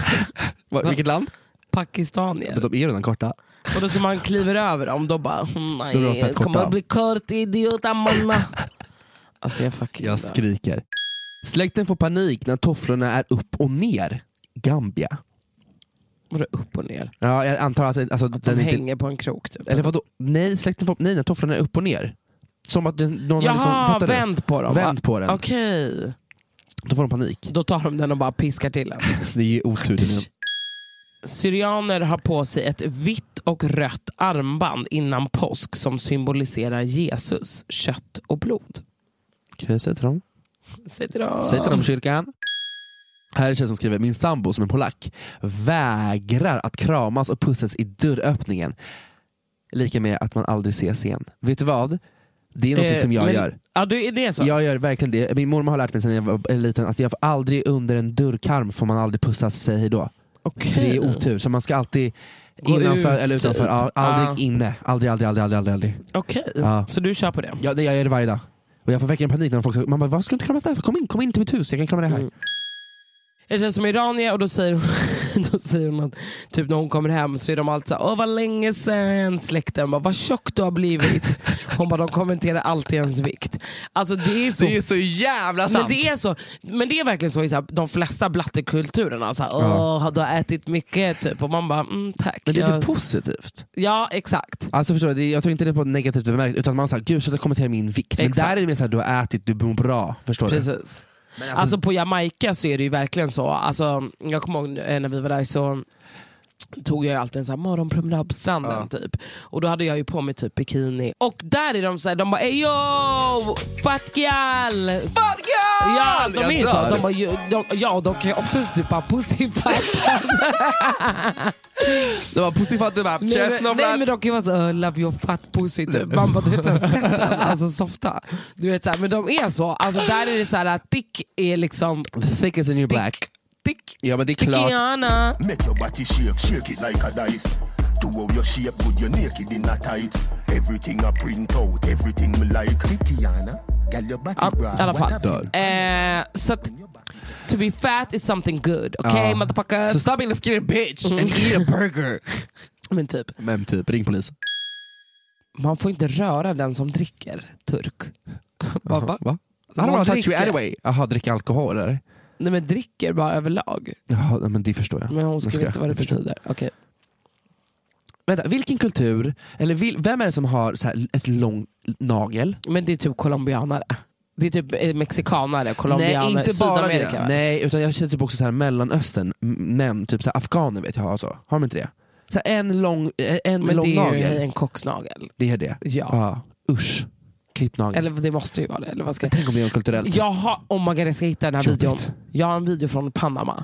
Va, vilket land? Pakistanier. Men de är ju redan korta. Och då så man kliver över dem, då bara "Mm, Då blir de nej, fett det kommer korta. att bli kort idiot amma." Alltså jag fucking Jag dör. skriker. Släkten får panik när tofflorna är upp och ner. Gambia. Vadå upp och ner? Ja, jag antar att, alltså, Att den de inte... hänger på en krok typ. Eller vadå? Nej, släkten får... Nej, när tofflorna är upp och ner. Som att den- någon har liksom... Jaha, fattar du? vänd på dem. Vänd va? på den. Okej, Då får de panik. då tar de den och bara piskar till den. Det är ju otur. tydligen. Syrianer har på sig ett vitt och rött armband innan påsk som symboliserar Jesus, kött och blod. Okej, säg till dem. Säg till dem. Säg till dem kyrkan. Här är en tjej som skriver, min sambo som är polack vägrar att kramas och pussas i dörröppningen. Lika med att man aldrig ses igen. Vet du vad? Det är något som jag Eh, men, gör. Ja, du, det är så? Jag gör verkligen det. Min mormor har lärt mig sedan jag var liten att jag får aldrig under en dörrkarm får man aldrig pussas och säga hejdå. För det är otur. Så man ska alltid Gå innanför ut, eller utanför. typ. Ja, aldrig Ja. inne. Aldrig, aldrig, aldrig, aldrig. aldrig, aldrig. Okej, Ja. så du kör på det? Ja, det, jag gör det varje dag. Och jag får verkligen panik när folk säger, man bara, vad ska du inte kramas där för? Kom in, kom in till mitt hus, jag kan krama dig här. Mm. Jag känner som iranier och då säger, hon- då säger hon att typ när hon kommer hem så är de alltid såhär, åh vad länge sen släkten, bara, vad tjock du har blivit. Hon bara, de kommenterar alltid ens vikt. Alltså det är så är så jävla men det, är så, men det är verkligen så i så här, de flesta blattekulturerna. Så här, Ja. Åh, du har ätit mycket typ. Och man bara, mm, tack. Men det är jag, typ positivt. ja, exakt. Alltså förstår du, det- jag tror inte det är på negativt bemärkt utan man säger gud så att jag kommenterar min vikt. Men Exakt. där är det mer såhär, du har ätit, du mår bra. Förstår du? Precis. alltså, på Jamaica så är det ju verkligen så. Alltså, jag kommer ihåg eh, när vi var där så tog jag ju alltid en sån här morgonpromenad på stranden. Typ. Och då hade jag ju på mig typ bikini. Och där är de såhär, de bara ejo, fat gal! Fan, girl! Ja, de Jag är dör. så. De bara, ju- de, ja, de kan ju också typ ha pussy fat. Det var pussyfatt, du bara Nej, chest men- no nej flat. men de kan ju vara så "I love your fat pussy typ. Man bara, du vet inte ens sett den, alltså softa. Du vet, så här, men de är så, alltså där är det så här att dick är liksom, Thick as a new black. dick, Ja men det är klart. Dickiana. Make your body shake, shake it like a dice. To how your shape good, you naked in a tight. Everything I print out, everything me like. Kikiana, girl your body Ja, bra. i alla fall. Dör. Eh, så att, to be fat is something good, okay Ja. motherfuckers? Så stop being a skinny bitch and Mm. eat a burger. Men typ, Men typ, ring polis. man får inte röra den som dricker turk. Bara, va? Va? I Hon don't wanna touch you dricker. anyway. Jaha, dricka alkohol eller? Nej men dricker bara överlag. Jaha, nej, men det förstår jag. Men hon ska skriver jag- inte vad det jag förstår. betyder. Okej. Vänta, vilken kultur, eller vil, vem är det som har så här ett långt nagel? Men det är typ colombianare. Det är typ eh, mexikanare, colombianare, Nej, inte bara Sydamerika. det. va? Nej, utan jag känner typ också så här mellanöstern, m- män, typ så här afghaner vet jag har så. Har de inte det? Så här en lång, eh, en Men lång det är ju nagel. en kocksnagel. Det är det? Ja. Usch. Klippnagel. Eller det måste ju vara det. Eller vad ska jag... Tänk om det är kulturellt. Jag har, oh my God, jag ska hitta den här Jobbigt. videon. Jag har en video från Panama.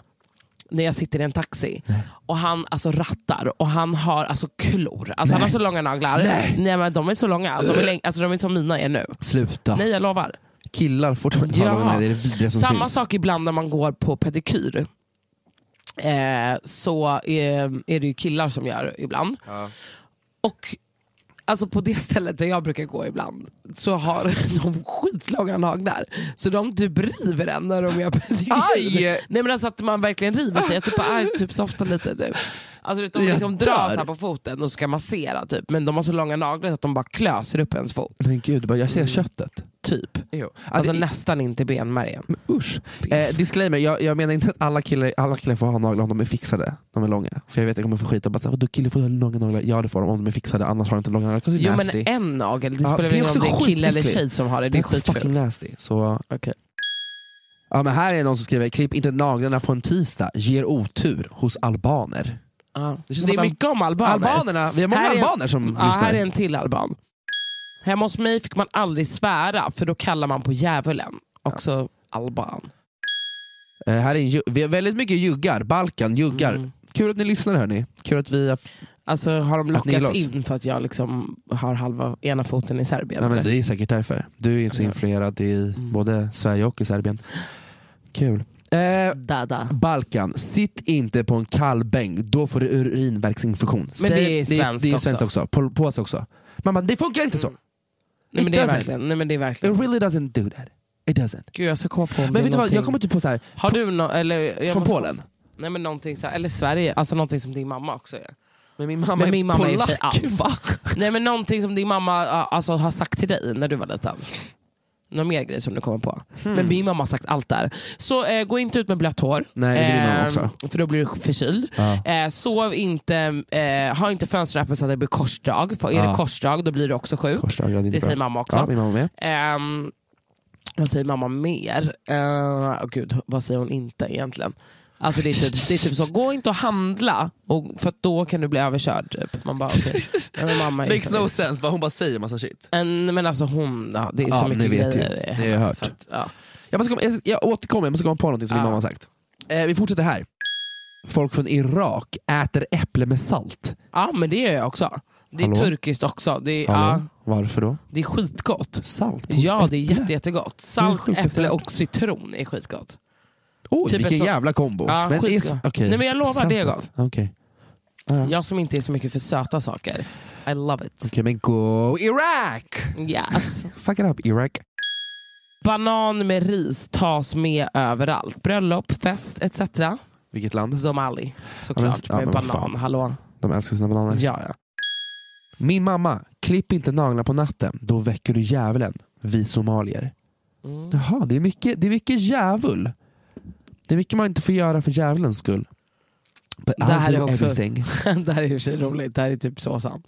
När jag sitter i en taxi och han alltså, rattar och han har alltså klor. Alltså, han har så långa naglar. Nej. men de är så långa. De är, läng- alltså, de är som mina är nu. Sluta. Nej jag lovar. Killar fortfarande inte Ja. har någon nagel. Det är det vidrigaste som Samma finns. sak ibland när man går på pedikyr. Eh, så eh, är det ju killar som gör ibland. Och alltså på det stället där jag brukar gå ibland så har de skitlånga naglar. Så de typ river en när de gör pedikyr. Aj! Nej men alltså att man verkligen river sig. Jag typ, bara, aj, typ softa lite typ. Alltså de Jag liksom drar dör. så här på foten och ska massera typ. Men de har så långa naglar att de bara klöser upp ens fot. Men gud, bara, jag ser köttet. Typ. Jo. Alltså, nästan in till benmärgen. Usch. Eh, disclaimer, jag, jag menar inte att alla killar, alla killar får ha naglar om de är fixade. De är långa. För jag vet att jag kommer få skit och bara såhär, "Vadå, killar får ha långa naglar. Ja det får de om de är fixade, annars har de inte långa naglar. Det är Jo nasty. men en nagel, det Ja, spelar det är väl ingen roll om det också är en kille eller skitäckligt. tjej som har det. det Det är är också fucking skitfult. nasty. Så... Okej. Ja, men här är någon som skriver, klipp inte naglarna på en tisdag, ger otur hos albaner. Ja. Det, känns som är att al- mycket om albaner. Albanerna, vi har många Här är- albaner som Ja, lyssnar. här är en till alban. Hemma hos mig fick man aldrig svära för då kallar man på djävulen. Också alban. Eh, här är en, ju- vi har väldigt mycket juggar, Balkan, juggar. Mm. Kul att ni lyssnar hörni. Kul att vi... Alltså har de Att ni lockats gillar oss. in för att jag liksom har halva ena foten i Serbien? Ja, men eller? det är säkert därför. Du är så influerad i Mm. både Sverige och i Serbien. Kul. Eh, Dada. Balkan, sitt inte på en kall bänk, då får du urinverksinfektion. Men det Säg- är svenskt det, det är också. Mm. svenskt också. På, på oss också. Man bara, det funkar inte så. Nej, men det är doesn't. verkligen. Nej, men det är verkligen. It really doesn't do that. It doesn't. Gud, jag ska komma på om det är Men vet du vad, någonting- jag kommer typ på så här Har du no- eller, jag från måste- Polen. Nej, men någonting så här, eller Sverige, alltså någonting som din mamma också är. Men min mamma Men är min mamma är i och för sig polack, allt. va? Nej men någonting som din mamma ja, alltså, har sagt till dig när du var liten. Någon mer grej som du kommer på. Hmm. Men min mamma har sagt allt där. Så eh, gå inte ut med blött hår. Nej, det vill min mamma Eh, För då blir du förkyld. Eh, sov inte, eh, ha inte fönstret öppet så att det blir korsdrag. För är Ja. det korsdrag då blir du också sjuk. Korsdrag, ja, det är inte det bra. säger mamma också. Ja, min mamma med. Ehm, vad säger mamma mer? Uh, gud, vad säger hon inte egentligen? Alltså det är, typ, det är typ så, gå inte och handla och, för att då kan du bli överkörd. Typ. Man bara okej. Nej, men mamma är Makes så- no sense, bara hon bara säger massa shit. en, men alltså hon, ja, det är så Ja, ni mycket vet ju. grejer. Det har jag hört. Så att, ja. Jag, måste komma, jag, jag återkommer, jag måste komma på någonting som min Ja. mamma har sagt. Eh, vi fortsätter här. Folk från Irak äter äpple med salt. Ja, men det gör jag också. Det är Hallå? turkiskt också. Det är, ja, Hallå? Varför då? det är skitgott. Salt? på Ja, det är äpple? jätte, jättegott. Det är Salt, sjukaste äpple jag och citron är skitgott. Oj, typ ett vilken sånt- jävla kombo. Ja, Men skitgott. is- okej. Nej, men jag lovar, det är Saltet. Okej, Ah, Jag som inte är så mycket för söta saker. I love it. Okej, men go Iraq! Yes. Fuck it up Iraq. Banan med ris tas med överallt. Bröllop, fest etc. Vilket land? Somali Ja, men- såklart. ja, med men vad banan. fan. Hallå. De älskar sina bananer. Ja, ja. Min mamma, klipp inte naglarna på natten, då väcker du djävulen. Vi somalier. Mm. Jaha, det är mycket, det är mycket djävul. Det är mycket man inte får göra för djävulens skull. But Det här I'll är do också- everything. det här är i och för sig roligt. Det här är typ så sant.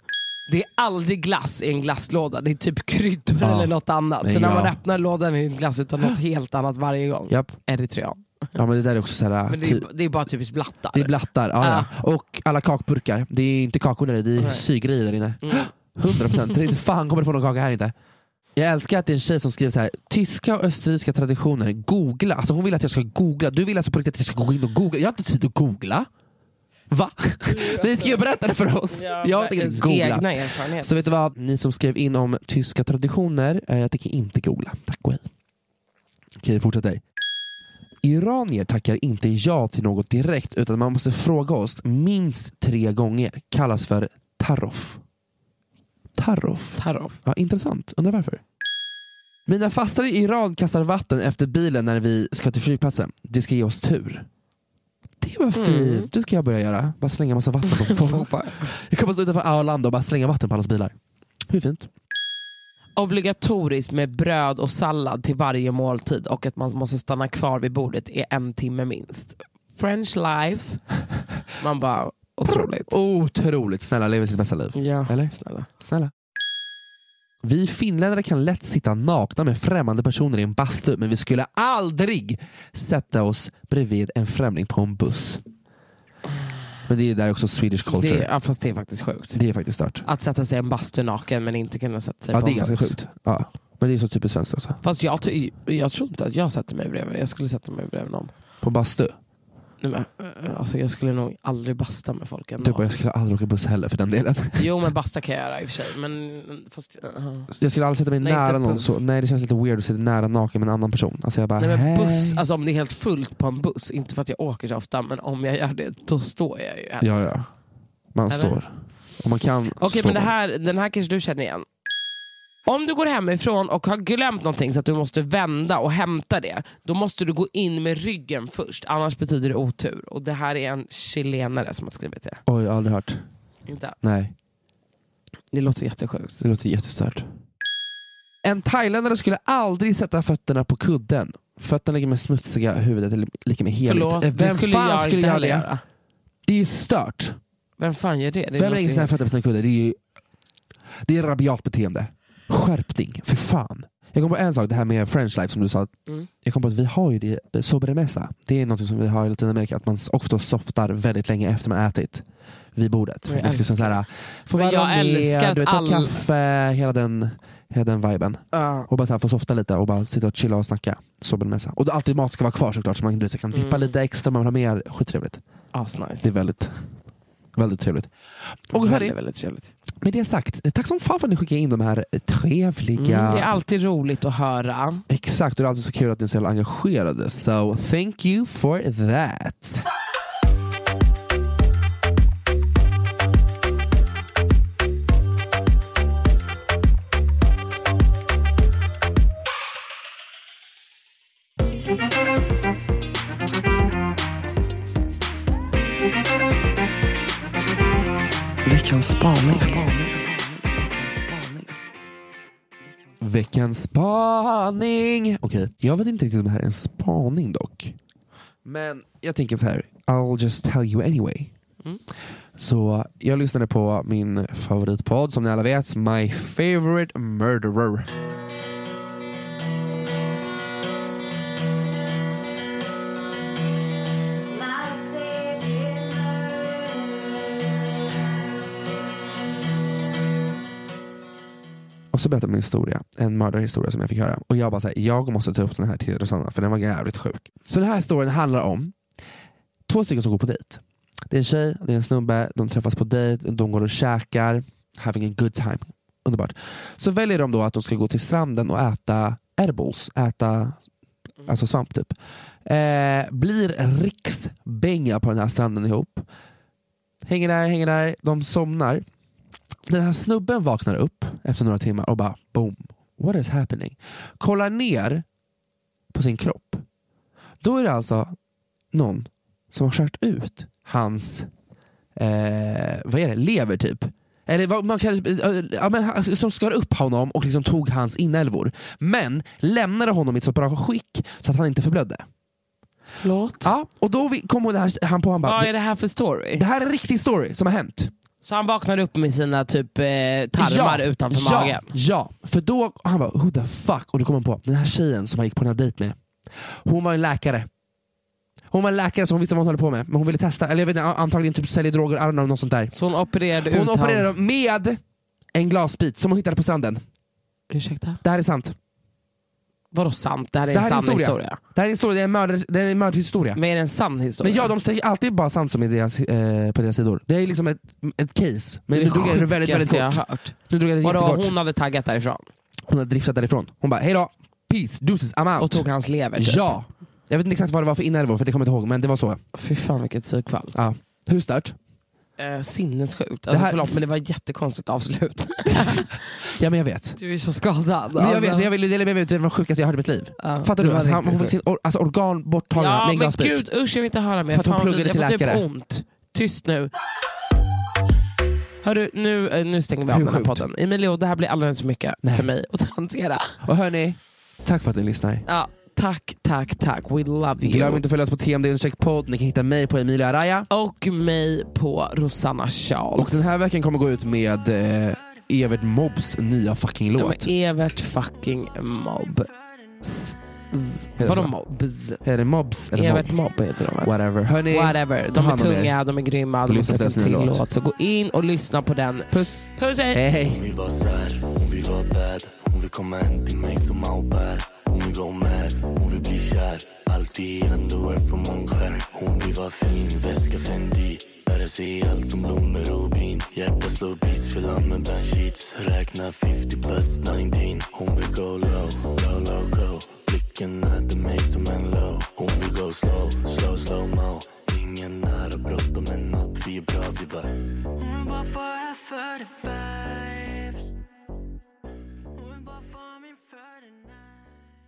Det är aldrig glass i en glasslåda. Det är typ kryddor Ja. eller något annat. Nej, så när ja. man öppnar lådan är det inte glass utan något helt annat varje gång. Japp. Eritrean. Ja, men det där är också så här, Men det är, typ, det är bara typiskt blattar. det är blattar. Ja, Ah. ja. Och alla kakburkar. Det är inte kakor där i, det är Nej. sygrejer där inne. Mm. 100 procent. Inte fan kommer du få någon kaka här inte. Jag älskar att det är en tjej som skriver så här. tyska och österrikiska traditioner, googla. Alltså hon vill att jag ska googla. Du vill alltså på riktigt att jag ska gå in och googla. Jag har inte tid att googla. Va? Ni ska ju berätta det för oss. jag tänker inte googla. alltså- Egna erfarenheter. Så vet du vad, ni som skrev in om tyska traditioner, eh, jag tänker inte googla. Tack och hej. Okej, vi fortsätter. Iranier tackar inte ja till något direkt utan man måste fråga oss minst tre gånger. Kallas för taroff. Taroff. Taroff. Ja, intressant. Undrar varför. Mina fastare i Iran kastar vatten efter bilen när vi ska till flygplatsen. Det ska ge oss tur. Det var Mm. fint. Det ska jag börja göra. Bara slänga massa vatten på folk. jag kommer stå utanför Arlanda och bara slänga vatten på allas bilar. Hur fint? Obligatoriskt med bröd och sallad till varje måltid och att man måste stanna kvar vid bordet i en timme minst. French life. Man bara, otroligt. Otroligt. Snälla, lever sitt bästa liv. Ja, Eller? snälla. Snälla. Vi finländare kan lätt sitta nakna med främmande personer i en bastu men vi skulle aldrig sätta oss bredvid en främling på en buss. Men det är där också Swedish culture. Det, ja, fast det är faktiskt sjukt. Det är faktiskt stört. Att sätta sig i en bastu naken men inte kunna sätta sig Ja, på det är en ganska buss. sjukt. Ja. Men det är så typiskt svenskt också. Fast jag, ty- jag tror inte att jag sätter mig bredvid. Jag skulle sätta mig bredvid någon. På bastu. Nej, men, eh, alltså, jag skulle nog aldrig basta med folk ändå. Du bara, Typ, jag skulle aldrig åka buss heller för den delen. Jo men basta kan jag göra i och för sig. Men, fast, eh, Jag skulle aldrig sätta mig Nej, nära inte någon. buss. Så, nej, det känns lite weird att sitta nära naken med en annan person. Alltså jag bara, Nej, men buss, hej. alltså om det är helt fullt på en buss, inte för att jag åker så ofta, men om jag gör det, då står jag ju. här. Ja, ja. Man Eller? står. Om man kan så Okej, står men det man. här, den här kanske du känner igen. Om du går hemifrån och har glömt någonting så att du måste vända och hämta det, då måste du gå in med ryggen först, annars betyder det otur. Och Det här är en chilenare som har skrivit det. Oj, jag har aldrig hört. Inte. Nej, Det låter jättesjukt. det låter jättestört. En thailändare skulle aldrig sätta fötterna på kudden. Fötterna ligger med smutsiga, huvudet är lika med heligt. Förlåt, Eh, det skulle jag inte heller göra. Det är ju stört. Vem fan gör det? det Vem låter lägger ju- sina fötter på sina kuddar? Det är ju det är rabiat beteende. Skärpning, för fan. Jag kom på en sak, det här med French life som du sa. Mm. Jag kom på att vi har ju det, eh, sobremesa. Det är något som vi har i Latinamerika, att man s- ofta softar väldigt länge efter man ätit vid bordet. Men jag Det ska sånt här, få Men vara jag älskar med, att du vet, ta all- kaffe, hela den, hela den viben. Ja. Och bara så här, få softa lite och bara sitta och chilla och snacka. Sobremesa. Och då alltid mat ska vara kvar såklart, så man du vet, så kan dippa Mm. Ah, lite extra om man vill ha mer. Skittrevligt. Det Asnice. är väldigt, väldigt trevligt. Och hörni, väldigt, väldigt trevligt. med det sagt, tack som fan för att ni skickade in de här Mm, trevliga... det är alltid roligt att höra. Exakt, och det är alltid så kul att ni är så jävla engagerade. So thank you for that. Veckans spaning. Veckans spaning! Okej, jag vet inte riktigt om det här är en spaning dock. Men jag tänker så här, I'll just tell you anyway. Mm. Så jag lyssnade på min favoritpodd som ni alla vet, My favorite murderer. Och så berättade min historia, en mördarhistoria som jag fick höra. Och jag bara såhär, jag måste ta upp den här till Rosanna för den var jävligt sjuk. Så den här historien handlar om två stycken som går på dejt. Det är en tjej, det är en snubbe, de träffas på dejt, de går och käkar, having a good time. Underbart. Så väljer de då att de ska gå till stranden och äta edibles, äta alltså svamp typ. Eh, blir riksbänga på den här stranden ihop. Hänger där, hänger där, de somnar. Den här snubben vaknar upp efter några timmar och bara boom, what is happening? Kollar ner på sin kropp. Då är det alltså någon som har kört ut hans, eh, vad är det, lever typ. Eller vad man kan, eh, ja, men, han- som skar upp honom och liksom tog hans inälvor. Men lämnade honom i ett så bra skick så att han inte förblödde. Förlåt? Ja, och då vi- kom hon här, han på han bara, Vad är det här för story? Det här är en riktig story som har hänt. Så han vaknar upp med sina typ eh, tarmar Ja, utanför ja, magen? Ja, för då, han bara who the fuck? Och då kom han på, den här tjejen som han gick på den här dejt med, hon var en läkare. Hon var en läkare så hon visste vad hon höll på med, men hon ville testa, eller jag vet inte, antagligen typ sälja droger, I don't know, något sånt där. Så hon opererade Hon ut opererade han- med en glasbit som hon hittade på stranden. Ursäkta? Det här är sant. Vadå sant? Det här är en här sann historia. Det här är en historia, det är en, mördar, det är en mördarhistoria. Men är det en sann historia? Men ja, de säger alltid bara sant som är deras, eh, på deras sidor. Det är liksom ett, ett case. Men Det nu är drog jag det väldigt, väldigt sjukaste jag kort. har hört. Nu drog jag det Vadå, jättekort. hon hade taggat därifrån? Hon hade driftat därifrån. Hon bara, hejdå, peace, deuces, I'm out. Och tog hans lever? typ. Ja! Jag vet inte exakt vad det var för inälvor, för det kommer jag inte ihåg, men det var så. Fy fan vilket psykfall. Ja. Hur stört? Eh, sinnessjukt. Alltså, här- Förlåt men det var ett jättekonstigt avslut. Ja men jag vet. du är så skadad. Men jag alltså. vet, men jag ville dela med mig av det var sjukaste jag hörde i mitt liv. Ja, Fattar det du? var Att han, riktigt hon fick sjukt. sin or- alltså, organ borttagna Ja, med en men glasbit. gud usch jag vill inte höra mer. För att hon Fan, vad pluggade vidrigt. Jag till läkare. får typ ont. Tyst nu. Hörru, nu, eh, nu stänger vi av Hur den här sjukt. podden. Emilio, det här blir alldeles för mycket för mig att hantera. Och hörni, tack för att ni lyssnar. Ja, tack, tack, tack. We love you. Glöm inte att följa oss på TMD-podd. Ni kan hitta mig på Emilia Araya. Och mig på Rosanna Och Charles. den här veckan kommer gå ut med eh, Evert Mobs nya fucking Ja, men E- låt. Evert fucking Mobb. Heter Vadå det så? Mobbs? Är det Mobs eller Evert Mobb? Mobb heter de väl? Whatever. Hörni, Whatever. ta De är hand om er. tunga, de är grymma, de har Lyssna på släppt en deras nya till låt. låt. Så gå in och lyssna på den. Puss. Puss hej! Hej hej. Hon vill vara sär, hon vill vara bad Hon vill komma hem till mig som au pair Hon vill gå med, hon vill bli kär Alltid i underwear från Mångskär Hon vill vara fin, väska Fendi Lära sig allt som blommor och bin Hjärta slår beats, fylla med bandsheets Räkna 50 plus 19 Hon vill go low, low, low, go Blicken äter mig som en low Hon vill go slow, slow, slow, mo Ingen nära bråttom men nåt Vi är bra, vi bara